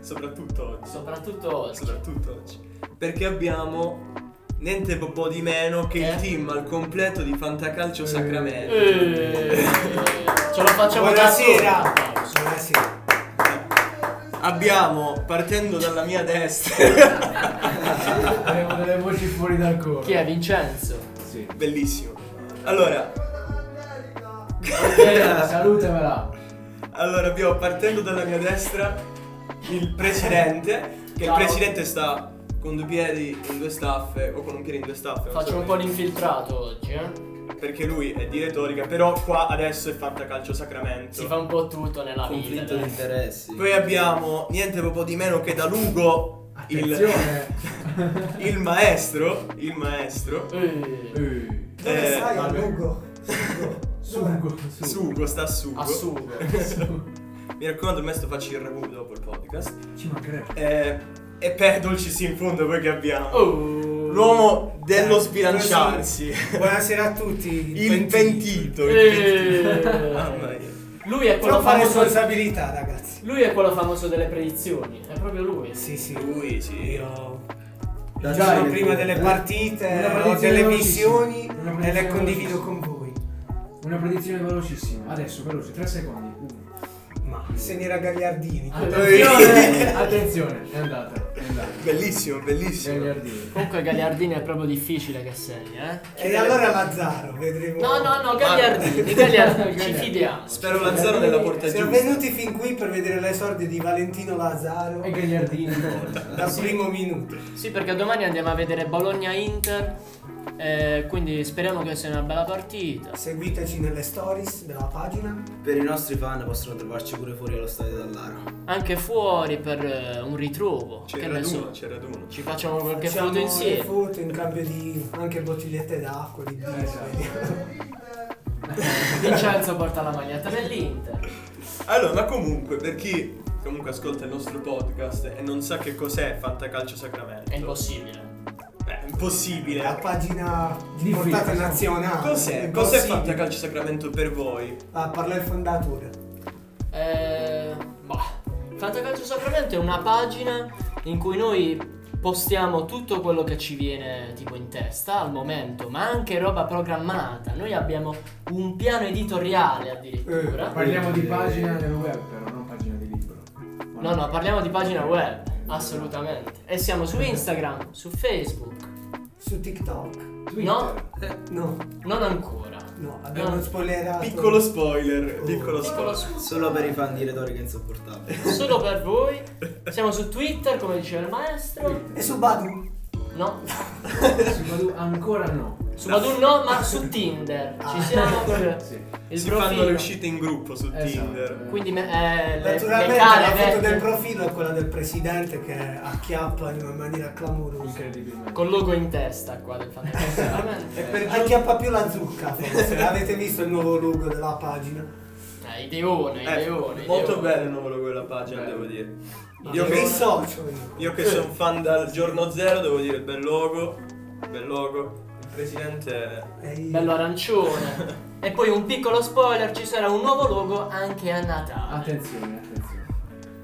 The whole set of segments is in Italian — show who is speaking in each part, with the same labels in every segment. Speaker 1: Soprattutto oggi.
Speaker 2: Ah, Soprattutto oggi.
Speaker 1: Soprattutto oggi. Perché abbiamo niente po' di meno che il
Speaker 2: Eh?
Speaker 1: team al completo di Fantacalcio
Speaker 3: Eh.
Speaker 1: Sacramento.
Speaker 2: Eh, Ce la facciamo da
Speaker 3: Buonasera.
Speaker 2: soli.
Speaker 3: Buonasera.
Speaker 1: Abbiamo, partendo dalla mia destra,
Speaker 3: Abbiamo delle voci fuori dal coro.
Speaker 2: Chi è Vincenzo?
Speaker 3: Sì.
Speaker 1: bellissimo. Allora,
Speaker 3: Eh, salutamela.
Speaker 1: allora abbiamo partendo dalla mia destra il presidente, che
Speaker 2: Ciao.
Speaker 1: il presidente sta con due piedi in due staffe o con un piede in due staffe. non
Speaker 2: Faccio
Speaker 1: so
Speaker 2: un po' l'infiltrato oggi, eh?
Speaker 1: come- Perché lui è di retorica, però qua adesso è fatta calcio Sacramento.
Speaker 2: Si fa un po' tutto nella vita.
Speaker 1: Conflitto
Speaker 2: dai.
Speaker 1: di
Speaker 4: interessi.
Speaker 1: Poi abbiamo niente proprio di meno che da Lugo il,
Speaker 3: Attenzione.
Speaker 1: il maestro, il maestro
Speaker 2: Eh,
Speaker 3: Eh.
Speaker 1: Eh,
Speaker 5: Dove stai a
Speaker 3: vabbè.
Speaker 5: Lugo? Sugo.
Speaker 3: Sugo.
Speaker 1: Sugo, sta a Sugo.
Speaker 2: A sugo.
Speaker 1: Mi raccomando, messo faccio il review dopo il podcast.
Speaker 3: Ci mancherebbe.
Speaker 1: Eh, e per dolcis in fondo poi che abbiamo
Speaker 2: Oh.
Speaker 1: l'uomo dello
Speaker 5: Eh,
Speaker 1: sbilanciarsi,
Speaker 5: Buonasera a tutti.
Speaker 1: il pentito, il pentito. Mamma
Speaker 2: Eh.
Speaker 1: mia.
Speaker 2: Lui è quello
Speaker 5: Troppa
Speaker 2: famoso
Speaker 5: responsabilità, ragazzi.
Speaker 2: Lui è quello famoso delle predizioni, è proprio lui.
Speaker 5: Sì, sì.
Speaker 1: Lui sì.
Speaker 5: Io
Speaker 4: Dai,
Speaker 5: già
Speaker 4: dai,
Speaker 5: prima
Speaker 4: dai.
Speaker 5: delle partite
Speaker 3: Una
Speaker 5: ho
Speaker 3: predizione
Speaker 5: delle
Speaker 3: velocissima.
Speaker 5: missioni
Speaker 3: Una
Speaker 5: e le
Speaker 3: predizione
Speaker 5: condivido
Speaker 3: velocissima.
Speaker 5: con voi.
Speaker 3: Una predizione velocissima. Adesso, veloce, 3 secondi. Uno.
Speaker 5: Ma segnerà Gagliardini.
Speaker 3: Ah, Attenzione. Attenzione. È andata. È andata.
Speaker 1: Bellissimo, bellissimo.
Speaker 3: Gagliardini.
Speaker 2: Comunque Gagliardini è proprio difficile che segna, eh?
Speaker 5: E allora Lazzaro, vedremo.
Speaker 2: No, no, no, Gagliardini, Gagliardini, ci
Speaker 3: Gagliardini.
Speaker 2: fidiamo.
Speaker 1: Spero Lazzaro nella porta
Speaker 5: Siamo
Speaker 1: giusta.
Speaker 5: venuti fin qui per vedere le sorti di Valentino Lazzaro
Speaker 3: E Gagliardini.
Speaker 5: dal primo minuto.
Speaker 2: Sì, perché domani andiamo a vedere Bologna-Inter, eh, quindi speriamo che sia una bella partita.
Speaker 5: Seguiteci nelle stories della pagina.
Speaker 4: Per i nostri fan possono trovarci pure fuori allo stadio dall'Aro.
Speaker 2: Anche fuori per eh, un ritrovo,
Speaker 1: C'è
Speaker 2: che ne so.
Speaker 1: raduno, c'è raduno.
Speaker 2: Ci facciamo qualche
Speaker 5: Facciamo
Speaker 2: foto
Speaker 5: le
Speaker 2: insieme.
Speaker 5: foto in cambio di anche bottigliette d'acqua, di birra.
Speaker 3: Esatto.
Speaker 2: Vincenzo porta la maglietta dell'Inter.
Speaker 1: Allora, ma comunque, per chi comunque ascolta il nostro podcast e non sa che cos'è Fatta Calcio Sacramento,
Speaker 2: È impossibile.
Speaker 1: Beh, è
Speaker 5: La
Speaker 1: impossibile.
Speaker 5: pagina di
Speaker 3: Di
Speaker 5: portata
Speaker 3: film,
Speaker 5: nazionale.
Speaker 1: Cos'è?
Speaker 5: Ah, È
Speaker 1: Cos'è
Speaker 5: possibile.
Speaker 1: Fatta Calcio Sacramento per voi?
Speaker 5: Ah, parla il fondatore.
Speaker 2: Eh, boh. Fantacalcio Sacramento è una pagina in cui noi postiamo tutto quello che ci viene tipo in testa al momento, ma anche roba programmata. Noi abbiamo un piano editoriale
Speaker 5: Eh.
Speaker 2: addirittura.
Speaker 3: Parliamo di pagina del web, però, non pagina di libro.
Speaker 2: No, no, parliamo di pagina web, assolutamente. E siamo su Instagram, su Facebook.
Speaker 5: Su TikTok.
Speaker 3: Twitter.
Speaker 2: No.
Speaker 5: No,
Speaker 2: Non ancora.
Speaker 5: no, abbiamo
Speaker 2: No.
Speaker 5: spoilerato.
Speaker 1: Piccolo spoiler, piccolo
Speaker 2: Piccolo
Speaker 1: spoiler.
Speaker 2: su-
Speaker 4: Solo per i fan di retorica insopportabile.
Speaker 2: Solo per voi. Siamo su Twitter, come diceva il maestro.
Speaker 5: E su Badu.
Speaker 2: No,
Speaker 3: Su Badoo ancora no.
Speaker 2: su Badoo no, ma su Tinder. Ci siamo con
Speaker 3: Sì.
Speaker 2: il
Speaker 1: si
Speaker 2: profilo.
Speaker 1: fanno le uscite in gruppo su
Speaker 3: Esatto.
Speaker 1: Tinder.
Speaker 2: Quindi me- eh, le, le
Speaker 5: Naturalmente
Speaker 2: care
Speaker 5: la foto
Speaker 2: vecchie
Speaker 5: del profilo è quella del presidente che acchiappa in una maniera clamorosa.
Speaker 3: Incredibilmente.
Speaker 2: col logo in testa qua del fantasma.
Speaker 1: E per giù-
Speaker 5: Eh, Acchiappa più la zucca, forse. Avete visto il nuovo logo della pagina?
Speaker 2: Eh, ideone,
Speaker 1: Eh,
Speaker 2: ideone.
Speaker 1: molto
Speaker 2: ideone.
Speaker 1: bello il nuovo logo della pagina,
Speaker 3: Bello.
Speaker 1: devo dire.
Speaker 5: Io
Speaker 1: Io
Speaker 5: mi
Speaker 1: che,
Speaker 5: dissocio io.
Speaker 1: io che sono fan dal giorno zero, devo dire bel logo, bel logo. Il presidente
Speaker 5: E io-
Speaker 2: Bello arancione. e poi un piccolo spoiler, ci sarà un nuovo logo anche a Natale.
Speaker 3: Attenzione, attenzione.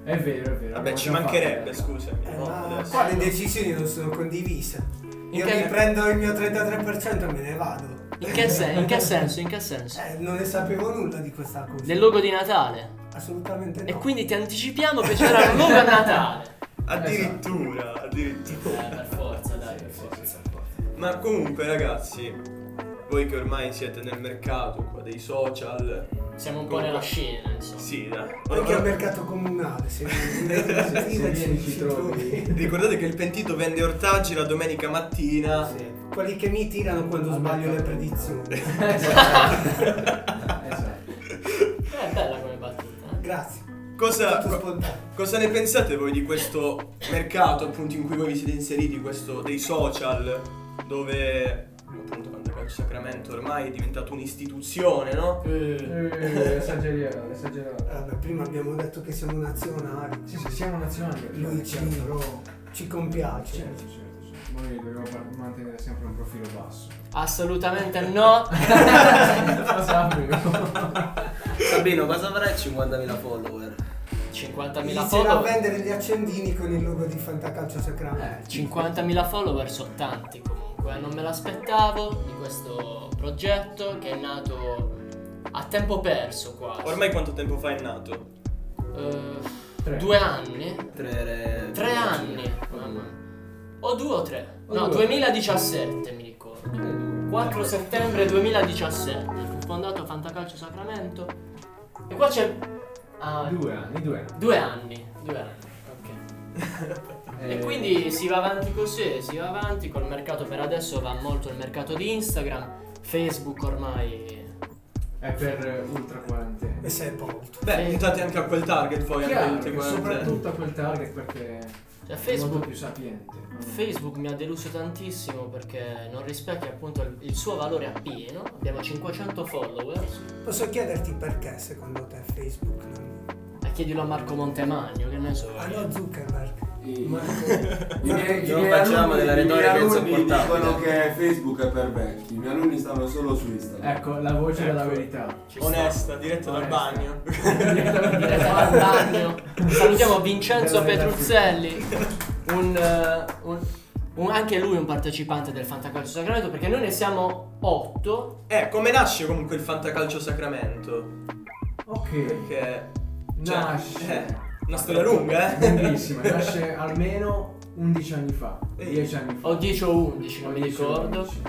Speaker 3: È vero, è vero.
Speaker 1: Vabbè, ci
Speaker 3: abbiamo già
Speaker 1: mancherebbe,
Speaker 3: fatto,
Speaker 1: scusami.
Speaker 5: Eh,
Speaker 1: no,
Speaker 5: ma
Speaker 1: Oh, adesso.
Speaker 5: qua le decisioni non sono condivise. Io
Speaker 2: che-
Speaker 5: mi prendo il mio 33% e me ne vado.
Speaker 2: In che, sen- in che senso? In che senso?
Speaker 5: Eh, non ne sapevo nulla di questa cosa.
Speaker 2: Del logo di Natale.
Speaker 5: Assolutamente no.
Speaker 2: E quindi ti anticipiamo che c'era un logo a Natale.
Speaker 1: Addirittura, addirittura.
Speaker 2: Eh, per forza, dai, per forza.
Speaker 1: Ma comunque ragazzi, voi che ormai siete nel mercato qua dei social,
Speaker 2: Siamo un po' nella scena, insomma.
Speaker 1: sì, dai.
Speaker 5: Anche al mercato comunale, se
Speaker 3: Se vieni, ci trovi.
Speaker 1: Ricordate che il pentito vende ortaggi la domenica mattina.
Speaker 5: Quelli che mi tirano quando
Speaker 3: Al
Speaker 5: sbaglio le
Speaker 3: mercato.
Speaker 5: predizioni.
Speaker 3: Esatto. esatto.
Speaker 2: Eh, è bella come battuta. eh.
Speaker 5: Grazie.
Speaker 1: Cosa,
Speaker 5: Tutto
Speaker 1: co-
Speaker 5: spontaneo.
Speaker 1: cosa ne pensate voi di questo mercato appunto in cui voi vi siete inseriti, questo dei social, dove appunto Fantacalcio Sacramento ormai è diventato un'istituzione, no?
Speaker 2: Eh,
Speaker 3: Eh, Esageriamo, esageriamo.
Speaker 5: Vabbè, Eh, prima abbiamo detto che siamo nazionali.
Speaker 3: Sì, sì, siamo nazionali.
Speaker 5: Lui ci,
Speaker 3: certo,
Speaker 5: ci compiace.
Speaker 3: certo, certo. certo. Noi dobbiamo par- mantenere sempre un profilo basso.
Speaker 2: Assolutamente no.
Speaker 3: Lo sapevo.
Speaker 4: Sabino, cosa farai a 50.000 follower?
Speaker 2: 50.000
Speaker 5: Inizierà a
Speaker 2: follower.
Speaker 5: vendere gli accendini con il logo di Fantacalcio
Speaker 2: Eh,
Speaker 5: Sacramento.
Speaker 2: 50.000 follower sono tanti comunque, non me l'aspettavo di questo progetto che è nato a tempo perso quasi.
Speaker 1: Ormai quanto tempo fa è nato?
Speaker 2: Eh,
Speaker 3: Tre.
Speaker 2: due anni?
Speaker 4: Tre,
Speaker 2: Tre anni, mamma. O due o tre?
Speaker 3: O
Speaker 2: no,
Speaker 3: due.
Speaker 2: 2017 mi ricordo. 4 settembre 2017, fu fondato Fantacalcio Sacramento. E qua c'è... Ah,
Speaker 3: Due anni, due anni.
Speaker 2: due anni, due anni, ok. E
Speaker 3: Eh,
Speaker 2: quindi si va avanti così, si va avanti col mercato per adesso va molto il mercato di Instagram, Facebook ormai
Speaker 3: È per eh, ultra quarantena.
Speaker 5: E sei molto.
Speaker 1: Beh,
Speaker 2: Sì.
Speaker 1: puntate anche a quel target poi, anche
Speaker 3: Chiaro,
Speaker 1: tutte
Speaker 3: che
Speaker 1: quante.
Speaker 3: soprattutto a quel target perché
Speaker 2: cioè
Speaker 3: è molto
Speaker 2: Facebook
Speaker 3: più sapiente.
Speaker 2: Facebook mi ha deluso tantissimo perché non rispecchia appunto il, il suo valore appieno. Abbiamo 500 followers.
Speaker 5: Posso chiederti perché secondo te Facebook non...
Speaker 2: E chiedilo a Marco Montemagno, che ne so.
Speaker 5: Ah no, Zuckerberg.
Speaker 6: I- i
Speaker 4: Non
Speaker 6: miei- i
Speaker 4: facciamo
Speaker 6: miei alunni-
Speaker 4: della
Speaker 6: i miei
Speaker 4: retorica
Speaker 6: alunni
Speaker 4: insopportabile.
Speaker 6: dicono che Facebook è per vecchi. I miei alunni stanno solo su
Speaker 2: Eh.
Speaker 6: Instagram.
Speaker 3: Ecco, la voce della
Speaker 1: Ecco.
Speaker 3: verità.
Speaker 2: Ci sta.
Speaker 1: Onesta, diretto dal
Speaker 3: Onesta.
Speaker 1: bagno.
Speaker 2: Diretta dal bagno. Salutiamo Vincenzo
Speaker 3: Della- della-
Speaker 2: Petruzzelli, un, eh, un- un- anche lui un partecipante del Fantacalcio Sacramento perché noi ne siamo 8
Speaker 1: Eh, come nasce comunque il Fantacalcio Sacramento?
Speaker 3: Ok.
Speaker 1: Perché Cioè,
Speaker 3: Nasce.
Speaker 1: eh, una storia lunga, eh?
Speaker 3: Lunghissima, nasce almeno 11 anni fa.
Speaker 1: Ehi.
Speaker 3: 10 anni fa.
Speaker 2: o 10 o 11 non mi
Speaker 3: 11,
Speaker 2: ricordo
Speaker 3: 11.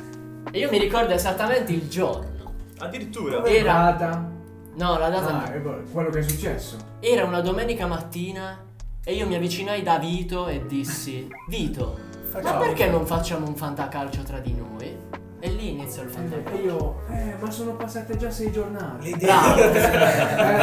Speaker 2: e io mi ricordo esattamente il giorno
Speaker 1: addirittura.
Speaker 2: Eh. Era-
Speaker 3: Data.
Speaker 2: no la data
Speaker 3: Ah,
Speaker 2: no.
Speaker 3: e poi quello che è successo.
Speaker 2: era una domenica mattina e io mi avvicinai da Vito e dissi Vito ma
Speaker 5: Facciamo.
Speaker 2: perché non facciamo un fantacalcio tra di noi e lì inizia il
Speaker 3: E
Speaker 2: fantacalcio
Speaker 3: io, eh, ma sono passate già 6 giornate.
Speaker 5: L'idea...
Speaker 2: bravo
Speaker 3: Eh,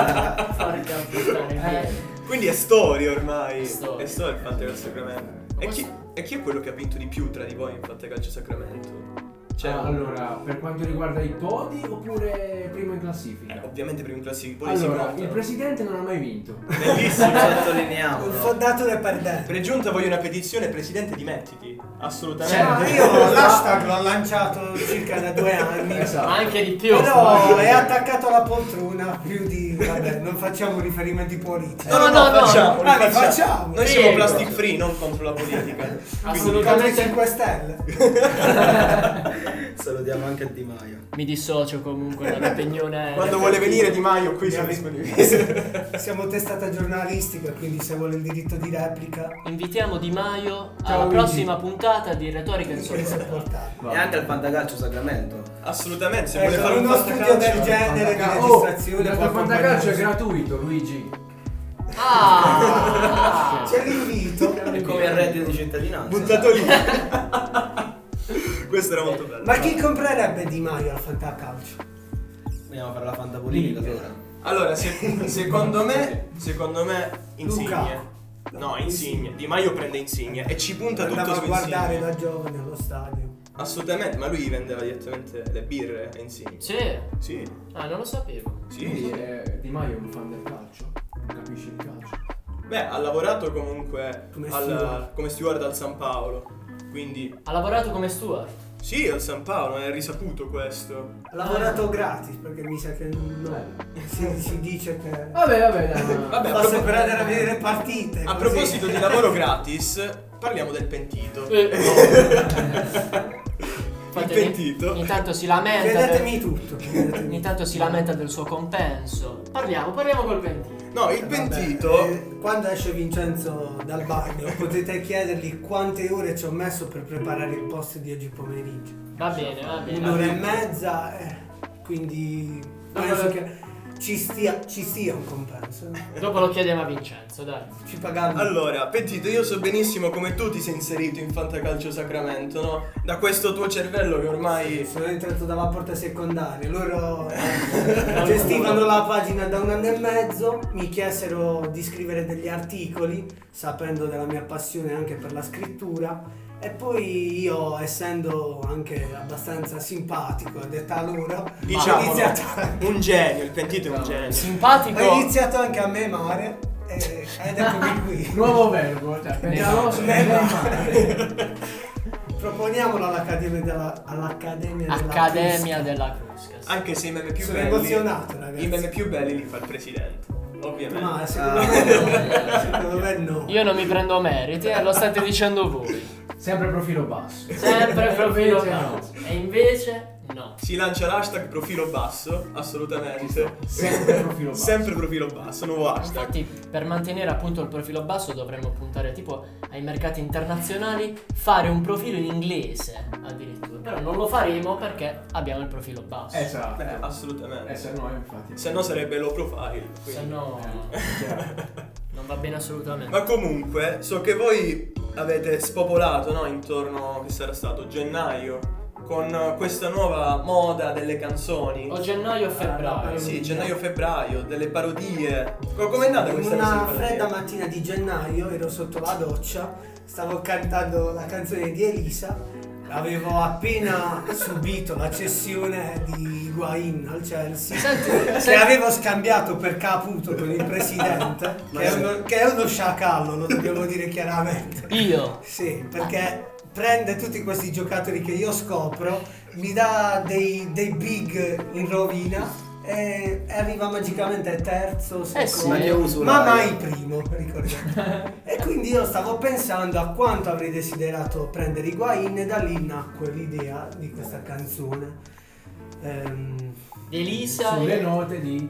Speaker 2: porca puttana
Speaker 3: eh,
Speaker 2: via.
Speaker 1: Quindi è storia ormai. È
Speaker 2: Storia.
Speaker 1: storia, il Fantacalcio Sacramento.
Speaker 2: Ma
Speaker 1: E
Speaker 2: questo-
Speaker 1: chi, e chi è quello che ha vinto di più tra di voi in Fantacalcio Sacramento? Cioè,
Speaker 3: Ah, allora, per quanto riguarda i podi oppure primo in
Speaker 1: eh,
Speaker 3: classifica?
Speaker 1: ovviamente prima in classifica poi si
Speaker 3: Allora,
Speaker 1: conta.
Speaker 3: il presidente non ha mai vinto.
Speaker 1: Bellissimo.
Speaker 2: Ah,
Speaker 5: Un
Speaker 4: Sottolineiamo.
Speaker 5: fondatore perdente.
Speaker 1: Per giunta voglio una petizione, presidente, dimettiti.
Speaker 2: Eh,
Speaker 5: Cioè,
Speaker 1: Assolutamente.
Speaker 5: io
Speaker 2: esatto.
Speaker 5: l'hashtag l'ho lanciato circa da due anni.
Speaker 2: ma
Speaker 3: Esatto.
Speaker 2: anche di più
Speaker 5: Però è attaccato alla poltrona più di... Vabbè, non facciamo riferimenti politici.
Speaker 2: No, no, no, no.
Speaker 1: facciamo,
Speaker 5: Ah, li
Speaker 1: facciamo.
Speaker 5: facciamo.
Speaker 1: Noi siamo
Speaker 2: Prego.
Speaker 1: plastic free, non contro la politica.
Speaker 5: Contro i
Speaker 2: assolutamente
Speaker 5: 5 Stelle.
Speaker 4: Salutiamo anche Di Maio.
Speaker 2: mi dissocio comunque dall'opinione
Speaker 1: Quando vuole venire Di Maio qui siamo disponibili.
Speaker 5: Siamo testata giornalistica, quindi se vuole il diritto di replica
Speaker 2: invitiamo Di Maio
Speaker 3: Ciao,
Speaker 2: alla
Speaker 3: Luigi.
Speaker 2: prossima puntata di Retorica
Speaker 5: è
Speaker 2: Insopportabile
Speaker 5: insopportabile.
Speaker 4: E anche al Fantacalcio Sacramento.
Speaker 1: Assolutamente, se vuole
Speaker 5: Ecco,
Speaker 1: fare un
Speaker 5: uno studio del
Speaker 1: fantacalcio.
Speaker 5: genere di
Speaker 3: Oh,
Speaker 5: registrazione.
Speaker 3: il
Speaker 5: può
Speaker 3: tuo fantacalcio è
Speaker 5: accompagnarci.
Speaker 3: gratuito, Luigi.
Speaker 2: Ah!
Speaker 5: C'è l'invito.
Speaker 4: È come il reddito di cittadinanza.
Speaker 1: Buttato lì. Questo era molto bello.
Speaker 5: Ma chi comprerebbe Di Maio al Fantacalcio?
Speaker 4: Andiamo a fare la fantapolitica allora.
Speaker 1: Allora, se- secondo me, secondo me
Speaker 5: Luca.
Speaker 1: Insigne. No, Insigne. Di Maio prende Insigne e ci punta tutto
Speaker 5: Andava a
Speaker 1: su
Speaker 5: guardare
Speaker 1: Insigne.
Speaker 5: da giovane allo stadio.
Speaker 1: Assolutamente, ma lui vendeva direttamente le birre a Insigne.
Speaker 2: Sì,
Speaker 1: Sì,
Speaker 2: ah, non lo sapevo.
Speaker 1: sì.
Speaker 3: Quindi eh, Di Maio è un fan del calcio. Capisce il calcio.
Speaker 1: Beh, ha lavorato comunque
Speaker 5: Come
Speaker 1: al-
Speaker 5: steward.
Speaker 1: come steward al San Paolo. Quindi,
Speaker 2: Ha lavorato come steward.
Speaker 1: sì, al San Paolo, è risaputo questo.
Speaker 5: Ha lavorato
Speaker 1: Ah.
Speaker 5: gratis perché mi sa che non,
Speaker 3: Bello.
Speaker 5: si, si dice che
Speaker 3: Vabbè, vabbè, dai. ma-
Speaker 1: Vabbè, a,
Speaker 5: passa
Speaker 1: Eh. propos-
Speaker 5: per andare a vedere partite.
Speaker 1: a
Speaker 5: così.
Speaker 1: proposito di lavoro gratis, parliamo del pentito. Il
Speaker 2: Eh, Infatti,
Speaker 1: pentito.
Speaker 2: Intanto si lamenta. del-
Speaker 5: Chiedetemi tutto. chiedetemi.
Speaker 2: ogni tanto si lamenta del suo compenso. Parliamo, parliamo col pentito.
Speaker 1: No, il
Speaker 5: Vabbè,
Speaker 1: pentito.
Speaker 5: eh, quando esce Vincenzo dal bagno potete chiedergli quante ore ci ho messo per preparare il post di oggi pomeriggio.
Speaker 2: Va bene, va bene.
Speaker 5: Un'ora e mezza, eh, quindi
Speaker 2: No,
Speaker 5: penso
Speaker 2: no.
Speaker 5: che ci, stia, ci sia un compenso. eh.
Speaker 2: Dopo lo chiediamo a Vincenzo, dai.
Speaker 5: Ci pagano.
Speaker 1: Allora, Pentito, io so benissimo come tu ti sei inserito in Fantacalcio Sacramento, no? Da questo tuo cervello che ormai...
Speaker 5: Sono entrato dalla porta secondaria, loro eh, gestivano la pagina da un anno e mezzo, mi chiesero di scrivere degli articoli, sapendo della mia passione anche per la scrittura. E poi io, essendo anche abbastanza simpatico, ho detto a loro, ho
Speaker 1: Diciamolo,
Speaker 5: iniziato,
Speaker 1: un genio, il Pentito è un genio.
Speaker 2: Simpatico.
Speaker 5: ho iniziato anche a memare e, ed eccomi qui.
Speaker 3: Nuovo verbo, cioè, pensiamo su
Speaker 5: Beh,
Speaker 3: Di
Speaker 5: ma-
Speaker 3: Maio.
Speaker 5: Proponiamolo all'Accademia della all'Accademia della
Speaker 2: Accademia
Speaker 5: Crusca.
Speaker 2: della Crusca. sì.
Speaker 1: Anche se i meme più
Speaker 5: Sono
Speaker 1: belli...
Speaker 5: emozionato,
Speaker 1: I
Speaker 5: ragazzi.
Speaker 1: meme più belli li fa il presidente. Ovviamente.
Speaker 5: Ma secondo
Speaker 4: Ah,
Speaker 5: me no. secondo me no.
Speaker 2: Io non mi prendo meriti, eh, lo state dicendo voi.
Speaker 3: Sempre profilo basso.
Speaker 2: Sempre profilo
Speaker 3: Invece no.
Speaker 2: basso. E invece no.
Speaker 1: Si lancia l'hashtag profilo basso, assolutamente.
Speaker 3: Sempre profilo basso.
Speaker 1: Sempre profilo basso, nuovo hashtag.
Speaker 2: Infatti, per mantenere appunto il profilo basso dovremmo puntare tipo ai mercati internazionali, fare un profilo in inglese addirittura. Però non lo faremo perché abbiamo il profilo basso.
Speaker 3: Esatto.
Speaker 1: Eh,
Speaker 3: Eh,
Speaker 1: assolutamente.
Speaker 3: se no, eh, infatti.
Speaker 1: Se no sarebbe low profile. quindi.
Speaker 2: Se no
Speaker 3: Chiaro.
Speaker 2: non va bene assolutamente.
Speaker 1: Ma comunque, so che voi avete spopolato, no? Intorno che sarà stato gennaio. Con questa nuova moda delle canzoni.
Speaker 2: O gennaio
Speaker 5: Ah,
Speaker 2: o febbraio.
Speaker 1: Eh Sì,
Speaker 5: cioè,
Speaker 1: gennaio-febbraio, delle parodie. Co- Com'è andata questa cosa
Speaker 5: Una
Speaker 1: di parodie?
Speaker 5: fredda mattina di gennaio ero sotto la doccia, stavo cantando la canzone di Elisa, avevo appena subito la cessione di Higuain al Chelsea
Speaker 2: Senti,
Speaker 5: che
Speaker 2: senti-
Speaker 5: avevo scambiato per Caputo con il presidente, che è uno, che è uno sciacallo, lo dobbiamo dire chiaramente.
Speaker 2: Io.
Speaker 4: Ah.
Speaker 5: Sì, perché prende tutti questi giocatori che io scopro, mi dà dei, dei big in rovina e e arriva magicamente terzo,
Speaker 2: Eh sì.
Speaker 5: secondo,
Speaker 4: Ma che uso?
Speaker 5: ma mai primo, ricordate. e quindi io stavo pensando a quanto avrei desiderato prendere Higuain e da lì nacque l'idea di questa canzone. Ehm,
Speaker 2: Elisa.
Speaker 3: Sulle
Speaker 2: e-
Speaker 3: note di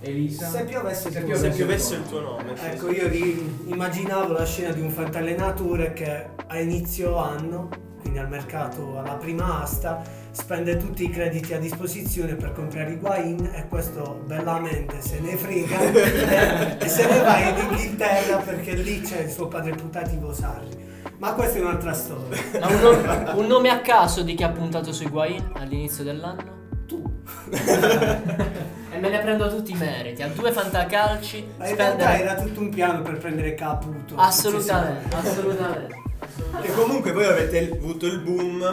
Speaker 3: Elisa.
Speaker 5: se piovesse il
Speaker 3: Se
Speaker 5: tuo
Speaker 1: Se
Speaker 3: piovesse
Speaker 5: nome.
Speaker 1: piovesse il tuo nome. sì,
Speaker 5: Ecco,
Speaker 1: sì.
Speaker 5: io ri- immaginavo la scena di un fantallenatore che a inizio anno, quindi al mercato alla prima asta, spende tutti i crediti a disposizione per comprare i guain e questo bellamente se ne frega e se ne va in Inghilterra perché lì c'è il suo padre putativo Sarri. Ma questa è un'altra storia.
Speaker 2: Ma un, nom- un nome a caso di chi ha puntato sui Guain all'inizio dell'anno? Tu. e me ne prendo tutti i meriti. A due fantacalci.
Speaker 5: Ma in realtà
Speaker 2: Spendere.
Speaker 5: era tutto un piano per prendere Caputo.
Speaker 2: Assolutamente, assolutamente.
Speaker 1: E comunque voi avete avuto il boom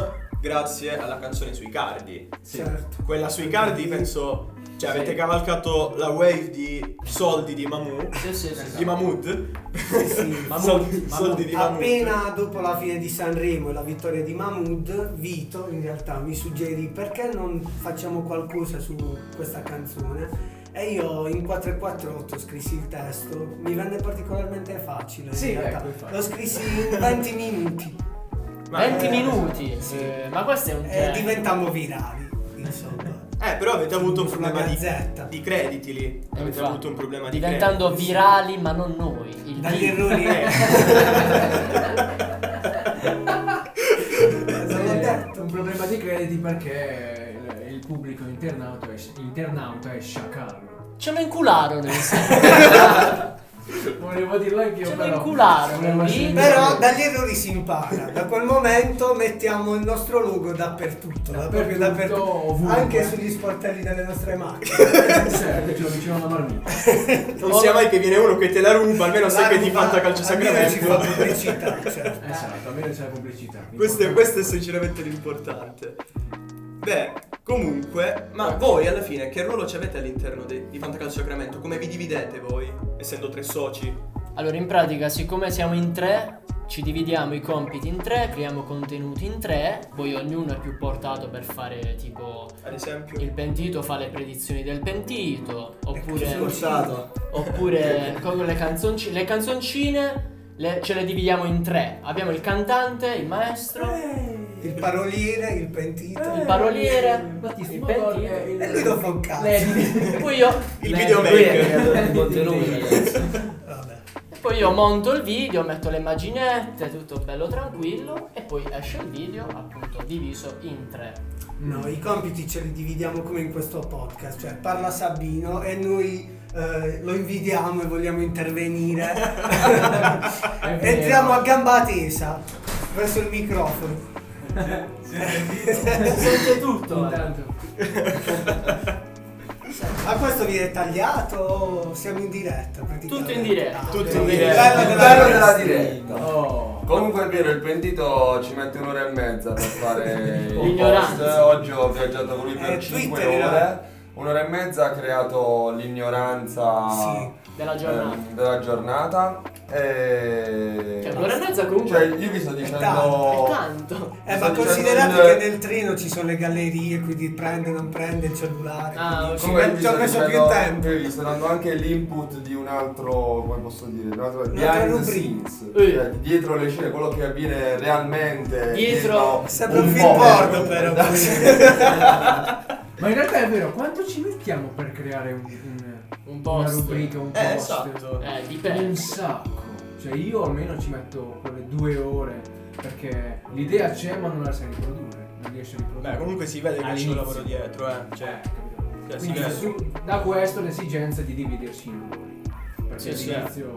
Speaker 1: grazie alla canzone sui cardi.
Speaker 5: Sì. Certo.
Speaker 1: Quella sui cardi penso. Cioè,
Speaker 2: Sì.
Speaker 1: avete cavalcato la wave di soldi di Mamù.
Speaker 2: Sì, sì, sì.
Speaker 1: Di Mahmood?
Speaker 5: Sì, sì.
Speaker 1: Sol-
Speaker 2: Mahmood,
Speaker 1: soldi di Mahmood.
Speaker 5: Appena dopo la fine di Sanremo e la vittoria di Mahmood, Vito in realtà mi suggerì perché non facciamo qualcosa su questa canzone. E io in 448 scrissi il testo, mi venne particolarmente facile.
Speaker 3: Sì,
Speaker 5: in realtà.
Speaker 3: ecco, infatti.
Speaker 5: Lo scrissi in 20 minuti
Speaker 2: 20
Speaker 1: eh,
Speaker 2: minuti.
Speaker 5: sì.
Speaker 2: eh, ma questo è un
Speaker 5: e
Speaker 2: genere.
Speaker 5: diventammo virali, insomma.
Speaker 1: Eh, però avete avuto un
Speaker 5: Sulla
Speaker 1: problema di,
Speaker 5: Gazzetta.
Speaker 1: di crediti lì.
Speaker 2: Eh,
Speaker 1: Avete
Speaker 2: infatti.
Speaker 1: avuto un problema di
Speaker 2: diventando
Speaker 1: crediti.
Speaker 2: virali, ma non noi. Il
Speaker 5: Dagli
Speaker 2: video.
Speaker 5: errori.
Speaker 3: Eh.
Speaker 5: Cosa l'ho
Speaker 3: Eh,
Speaker 5: detto?
Speaker 3: un problema di crediti perché il- il pubblico internauta è, internauta è sciacallo.
Speaker 2: Ce lo incularono insieme.
Speaker 3: Volevo dirlo anch'io
Speaker 2: Ce lo
Speaker 3: però.
Speaker 2: incularono,
Speaker 3: volevo
Speaker 2: lì.
Speaker 3: scendere.
Speaker 5: Però dagli errori si impara. Da quel momento mettiamo il nostro logo dappertutto, da- proprio
Speaker 3: Dappertutto,
Speaker 5: dappertutto,
Speaker 3: ovunque.
Speaker 5: anche sugli sportelli delle nostre macchine.
Speaker 3: Sì, ce lo dicevano alla marmita.
Speaker 1: Non sia mai che viene uno che te la ruba, almeno sai che ti fatta calcio
Speaker 5: Almeno ci fa
Speaker 1: sacramento.
Speaker 5: pubblicità, certo.
Speaker 3: Esatto, almeno c'è la pubblicità.
Speaker 1: Questo è, questo è sinceramente l'importante. Beh, comunque, ma voi alla fine che ruolo ci avete all'interno de- di Fantacalcio Sacramento? Come vi dividete voi, essendo tre soci?
Speaker 2: Allora, in pratica, siccome siamo in tre, ci dividiamo i compiti in tre, creiamo contenuti in tre, poi ognuno è più portato per fare tipo
Speaker 1: Ad esempio,
Speaker 2: il pentito fa le predizioni del pentito,
Speaker 5: Ecco,
Speaker 2: oppure,
Speaker 5: sì. Portato.
Speaker 2: oppure con le canzoncine. Le canzoncine le- ce le dividiamo in tre. Abbiamo il cantante, il maestro,
Speaker 1: Eh,
Speaker 5: Il paroliere, il pentito.
Speaker 2: il
Speaker 5: eh,
Speaker 2: paroliere, eh, il pentito.
Speaker 5: E lui lo fa un cazzo.
Speaker 2: Poi io,
Speaker 1: il
Speaker 4: Lei- lui è il
Speaker 1: videomaker.
Speaker 4: creatore di contenuti, ragazzi.
Speaker 5: Vabbè.
Speaker 2: poi io monto il video, metto le immaginette, tutto bello tranquillo, e poi esce il video appunto diviso in tre.
Speaker 5: No, i compiti ce li dividiamo come in questo podcast, cioè parla Sabino e noi eh, lo invidiamo e vogliamo intervenire. Entriamo a gamba tesa verso il microfono.
Speaker 2: Sente tutto. eh.
Speaker 3: Intanto.
Speaker 5: Ma questo viene tagliato o siamo in diretta? praticamente?
Speaker 2: Tutto in diretta.
Speaker 5: Ah,
Speaker 1: Tutto
Speaker 5: bene.
Speaker 1: in diretta.
Speaker 5: Bello
Speaker 6: Il
Speaker 5: della
Speaker 6: bello della
Speaker 5: diretta.
Speaker 6: diretta.
Speaker 3: Oh.
Speaker 6: Comunque è vero, il pentito ci mette un'ora e mezza per fare il
Speaker 2: L'ignoranza.
Speaker 6: post. Oggi ho viaggiato con lui per
Speaker 5: Eh,
Speaker 6: 5
Speaker 5: Twitter era-
Speaker 6: ore. Un'ora e mezza ha creato l'ignoranza
Speaker 5: Sì.
Speaker 2: della giornata.
Speaker 7: ehm, della giornata. E...
Speaker 2: Cioè, un'ora e mezza
Speaker 7: Cioè,
Speaker 2: comunque
Speaker 7: io vi sto dicendo.
Speaker 5: tanto,
Speaker 7: oh.
Speaker 2: è tanto.
Speaker 5: Eh,
Speaker 7: Sta
Speaker 5: ma
Speaker 7: dicendo
Speaker 5: considerate
Speaker 7: il-
Speaker 5: che nel treno ci sono le gallerie, quindi prende, non prende il cellulare.
Speaker 2: Ah,
Speaker 5: quindi
Speaker 2: ok.
Speaker 5: ci
Speaker 7: Comunque io
Speaker 5: met-
Speaker 7: vi
Speaker 5: ci ho
Speaker 7: sto
Speaker 5: messo più
Speaker 7: dicendo-
Speaker 5: tempo.
Speaker 7: Io vi sto dando anche l'input di un altro, come posso dire, un altro
Speaker 5: Un'altra
Speaker 7: behind the
Speaker 5: rubrica.
Speaker 7: scenes,
Speaker 2: Eh.
Speaker 7: cioè dietro le scene, quello che avviene realmente.
Speaker 2: Dietro-
Speaker 5: Sembra un film
Speaker 7: eh.
Speaker 5: porno però.
Speaker 3: Ma in realtà è vero, quanto ci mettiamo per creare un, un-
Speaker 2: Un
Speaker 3: una
Speaker 2: post.
Speaker 3: rubrica, un
Speaker 1: Eh,
Speaker 3: post?
Speaker 1: esatto.
Speaker 2: Eh,
Speaker 3: Un
Speaker 2: dipende.
Speaker 3: sacco. Cioè io almeno ci metto quelle due ore, perché l'idea c'è ma non la sai riprodurre. Non riesci a riprodurre.
Speaker 1: Beh, comunque si vede che c'è
Speaker 3: All'inizio.
Speaker 1: un lavoro dietro, eh.
Speaker 3: Cioè,
Speaker 1: Cioè,
Speaker 3: capito?
Speaker 1: Cioè,
Speaker 3: Quindi
Speaker 1: sì,
Speaker 3: su- da questo l'esigenza di dividersi in ruoli.
Speaker 1: Sì,
Speaker 3: Perché
Speaker 1: sì.
Speaker 3: all'inizio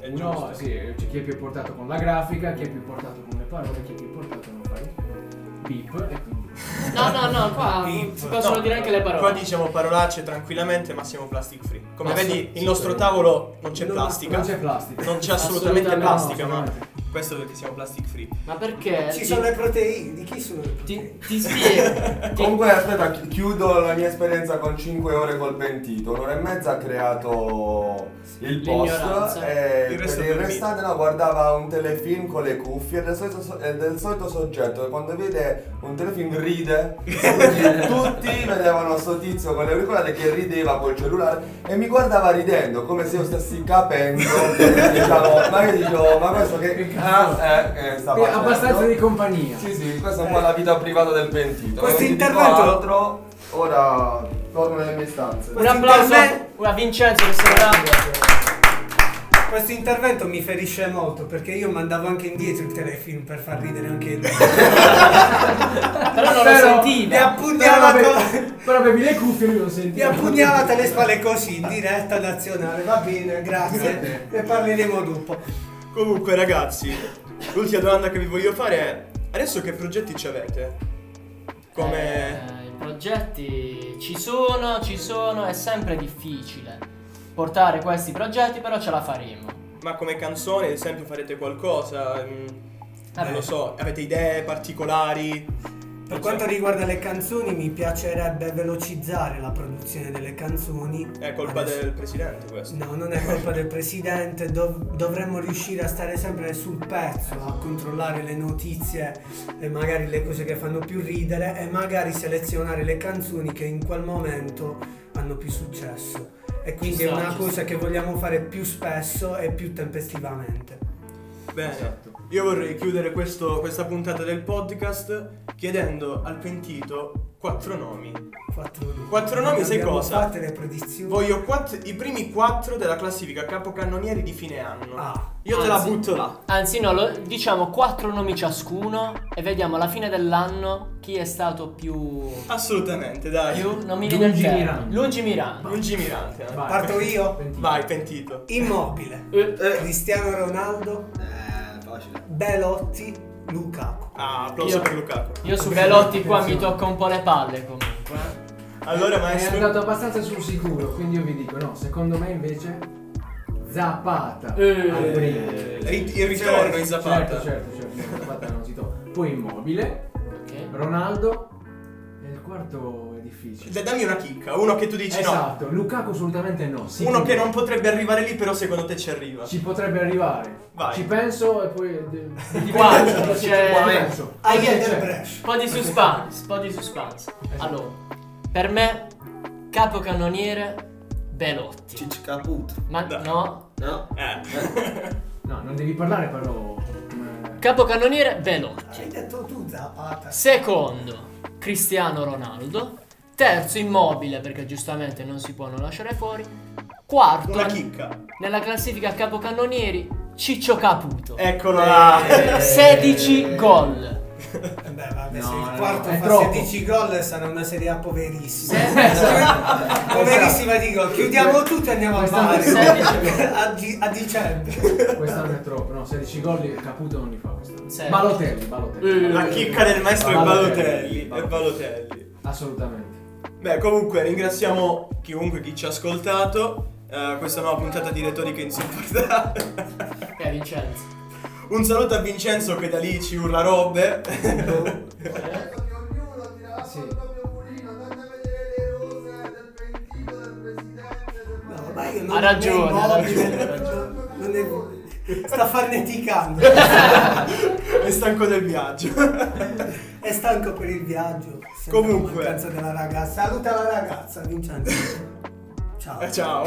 Speaker 1: è
Speaker 3: uno
Speaker 1: giusto.
Speaker 3: sì, c'è chi è più portato con la grafica, chi è più portato con le parole, chi è più portato a non fare beep e quindi
Speaker 2: No, no, no, qua
Speaker 1: Pip.
Speaker 2: si possono
Speaker 1: No,
Speaker 2: dire anche le
Speaker 1: Qua
Speaker 2: parole.
Speaker 1: diciamo parolacce tranquillamente, ma siamo plastic free. Come
Speaker 2: Ma
Speaker 1: vedi, il
Speaker 3: sì,
Speaker 1: nostro
Speaker 3: sì.
Speaker 1: tavolo non c'è
Speaker 5: Non-
Speaker 1: plastica.
Speaker 3: non c'è plastica.
Speaker 1: Non c'è assolutamente
Speaker 2: Assolutamente
Speaker 1: plastica,
Speaker 3: No,
Speaker 1: ma
Speaker 3: veramente.
Speaker 1: questo perché siamo plastic free.
Speaker 2: Ma perché?
Speaker 5: Ci
Speaker 2: Ti-
Speaker 5: sono le proteine, di chi sono le proteine?
Speaker 2: Ti, ti spiego. Ti-
Speaker 7: Comunque aspetta, chi- chiudo la mia esperienza con 5 ore col pentito. Un'ora e mezza ha creato il post
Speaker 2: L'ignoranza.
Speaker 7: e
Speaker 1: Il resto
Speaker 7: per il
Speaker 1: dormiva.
Speaker 7: restante no, guardava un telefilm con le cuffie del solito, so- è del solito soggetto che quando vede un telefilm ride. Quindi tutti vedevano sto tizio con le auricolare che rideva col cellulare e mi guardava ridendo come se io stessi capendo. diciamo, ma che dicevo, ma questo che ah, eh, eh, sta
Speaker 3: È abbastanza
Speaker 7: facendo?"
Speaker 3: di compagnia.
Speaker 7: Sì, sì, questa è un po' la vita privata del pentito.
Speaker 5: Questo
Speaker 7: Non ti dico
Speaker 5: intervento-
Speaker 7: altro, ora torno nelle mie stanze.
Speaker 2: Un applauso
Speaker 5: Internet-
Speaker 2: a Vincenzo che sei bravo.
Speaker 5: Questo intervento mi ferisce molto perché io mandavo anche indietro il telefilm per far ridere anche lui.
Speaker 2: Però non lo
Speaker 3: Però-
Speaker 5: Mi
Speaker 2: sentiva.
Speaker 3: Però
Speaker 5: appugnava, co-
Speaker 3: avevi, però avevi le cuffie e lui non
Speaker 5: mi
Speaker 3: sentiva.
Speaker 5: appugnavate le spalle così in diretta nazionale, va bene, grazie. Ne parleremo dopo.
Speaker 1: Comunque, ragazzi, l'ultima domanda che vi voglio fare è: adesso che progetti ci avete? Come.
Speaker 2: Eh, I progetti ci sono, ci sono, è sempre difficile portare questi progetti, però ce la faremo.
Speaker 1: Ma come canzone, ad esempio, farete qualcosa? Mm,
Speaker 2: Vabbè.
Speaker 1: Non lo so, avete idee particolari?
Speaker 5: Per
Speaker 1: Non
Speaker 5: quanto
Speaker 1: so.
Speaker 5: riguarda le canzoni, mi piacerebbe velocizzare la produzione delle canzoni.
Speaker 1: È colpa
Speaker 5: Adesso- Mm.
Speaker 1: del presidente questo.
Speaker 5: No, non è colpa del presidente, dov- dovremmo riuscire a stare sempre sul pezzo, a controllare le notizie e magari le cose che fanno più ridere e magari selezionare le canzoni che in quel momento hanno più successo. E quindi
Speaker 2: sta,
Speaker 5: è una
Speaker 2: ci
Speaker 5: cosa
Speaker 2: sta.
Speaker 5: che vogliamo fare più spesso e più tempestivamente.
Speaker 1: Bene, io vorrei chiudere questo- questa puntata del podcast chiedendo al pentito quattro nomi.
Speaker 5: Quattro nomi.
Speaker 1: Quattro nomi, sai
Speaker 5: Abbiamo
Speaker 1: cosa?
Speaker 5: Fatte le predizioni.
Speaker 1: Voglio quatt- i primi quattro della classifica capocannonieri di fine anno.
Speaker 5: Ah,
Speaker 1: Io te la
Speaker 2: anzi-
Speaker 1: butto là.
Speaker 2: Anzi no, lo- diciamo quattro nomi ciascuno e vediamo alla fine dell'anno chi è stato più...
Speaker 1: Assolutamente, dai.
Speaker 2: più non mi viene il termine.
Speaker 3: Lungimirante.
Speaker 2: Lungimirante.
Speaker 1: Lungimirante. eh.
Speaker 3: Vai.
Speaker 5: parto io.
Speaker 3: Pentito.
Speaker 1: Vai, pentito.
Speaker 5: Immobile,
Speaker 2: Eh,
Speaker 5: Cristiano Ronaldo,
Speaker 4: Eh, facile.
Speaker 5: Belotti, Lukaku.
Speaker 1: Ah, applauso
Speaker 2: Io-
Speaker 1: per Lukaku.
Speaker 2: Io su Velotti qua mi tocca un po' le palle comunque.
Speaker 1: Allora,
Speaker 3: È
Speaker 1: maestro.
Speaker 3: andato abbastanza sul sicuro, quindi io vi dico no, secondo me invece Zapata.
Speaker 2: Eh.
Speaker 3: al primo.
Speaker 1: Rit- il ritorno in Zapata.
Speaker 3: Certo, certo, certo, Zapata non si tocca. Poi Immobile,
Speaker 2: Ok.
Speaker 3: Ronaldo e il quarto è difficile.
Speaker 1: Da- Dammi una chicca, uno che tu dici
Speaker 3: esatto, Lukaku assolutamente no.
Speaker 1: no.
Speaker 3: sicuro.
Speaker 1: Uno che non potrebbe arrivare lì, però secondo te ci arriva.
Speaker 3: ci potrebbe arrivare.
Speaker 1: Vai.
Speaker 3: Ci penso e poi de- di
Speaker 2: Quattro, c'è-
Speaker 3: penso.
Speaker 5: Aie
Speaker 3: Cioè,
Speaker 5: del Brescia.
Speaker 2: Un po' di suspense, un po' di suspense. Allora, per me, capocannoniere Belotti.
Speaker 4: Cicci Caput.
Speaker 2: Ma
Speaker 1: Dai.
Speaker 2: no,
Speaker 4: No?
Speaker 1: Eh.
Speaker 3: No, non devi parlare però come-
Speaker 2: capocannoniere Belotti.
Speaker 5: Hai detto tu Zapata.
Speaker 2: Secondo, Cristiano Ronaldo. Terzo, Immobile, perché giustamente non si può non lasciare fuori. Quarto,
Speaker 1: Una chicca.
Speaker 2: nella classifica capocannonieri, Ciccio Caputo.
Speaker 1: Eccolo là.
Speaker 2: Eh, 16 gol.
Speaker 5: Eh Beh, vabbè,
Speaker 3: No,
Speaker 5: se
Speaker 3: no,
Speaker 5: il quarto
Speaker 3: è
Speaker 5: fa
Speaker 3: troppo.
Speaker 5: 16 gol sarà una serie A poverissima.
Speaker 3: Esatto.
Speaker 5: poverissima di gol. Chiudiamo tutto e andiamo a
Speaker 3: Quest'anno
Speaker 5: mare.
Speaker 2: 16 gol.
Speaker 5: a, di- a dicembre.
Speaker 3: Quest'anno è troppo, no, 16 gol li- Caputo non li fa quest'anno.
Speaker 2: Sì.
Speaker 3: Balotelli, Balotelli.
Speaker 2: Eh.
Speaker 1: La chicca del maestro è Balotelli.
Speaker 3: Balotelli.
Speaker 1: È Balotelli.
Speaker 3: Assolutamente.
Speaker 1: Beh, comunque ringraziamo chiunque chi ci ha ascoltato. eh, questa nuova puntata di retorica insopportabile.
Speaker 2: Eh, Vincenzo.
Speaker 1: Un saluto a Vincenzo che da lì ci urla robe.
Speaker 3: Sì.
Speaker 5: No, ma io non
Speaker 2: Ha ragione, ha ragione, ha
Speaker 5: ragione. Sta farneticando.
Speaker 1: È stanco del viaggio.
Speaker 5: È stanco per il viaggio. Sembra
Speaker 1: Comunque.
Speaker 5: una mancanza della ragazza. Saluta la ragazza, Vincenzo. Ciao.
Speaker 1: Eh, Ciao.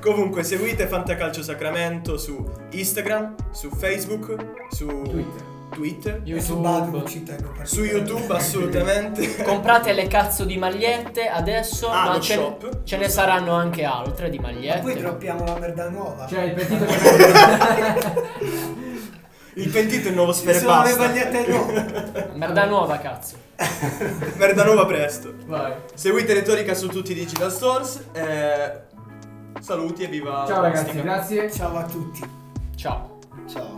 Speaker 1: Comunque seguite Fantacalcio Sacramento su Instagram, su Facebook, su
Speaker 3: Twitter.
Speaker 1: Twitter,
Speaker 5: E Su
Speaker 2: YouTube.
Speaker 5: Badum ci tengo per
Speaker 1: su YouTube assolutamente.
Speaker 2: Comprate le cazzo di magliette adesso,
Speaker 1: Ah,
Speaker 2: ma
Speaker 1: lo
Speaker 2: ce,
Speaker 1: shop.
Speaker 2: ce ne saranno anche altre di magliette.
Speaker 5: E poi droppiamo la merda nuova.
Speaker 3: Cioè, il pentito che
Speaker 1: Il pentito è il nuovo
Speaker 5: Ci sono le
Speaker 1: Sferpasta.
Speaker 5: magliette nuove.
Speaker 2: Merda nuova, cazzo.
Speaker 1: Verdanova presto.
Speaker 3: Vai.
Speaker 1: Seguite Retorica su tutti i digital stores. eh, saluti e viva
Speaker 3: Ciao ragazzi,
Speaker 1: Stica.
Speaker 3: grazie.
Speaker 5: Ciao a tutti.
Speaker 2: Ciao.
Speaker 4: Ciao.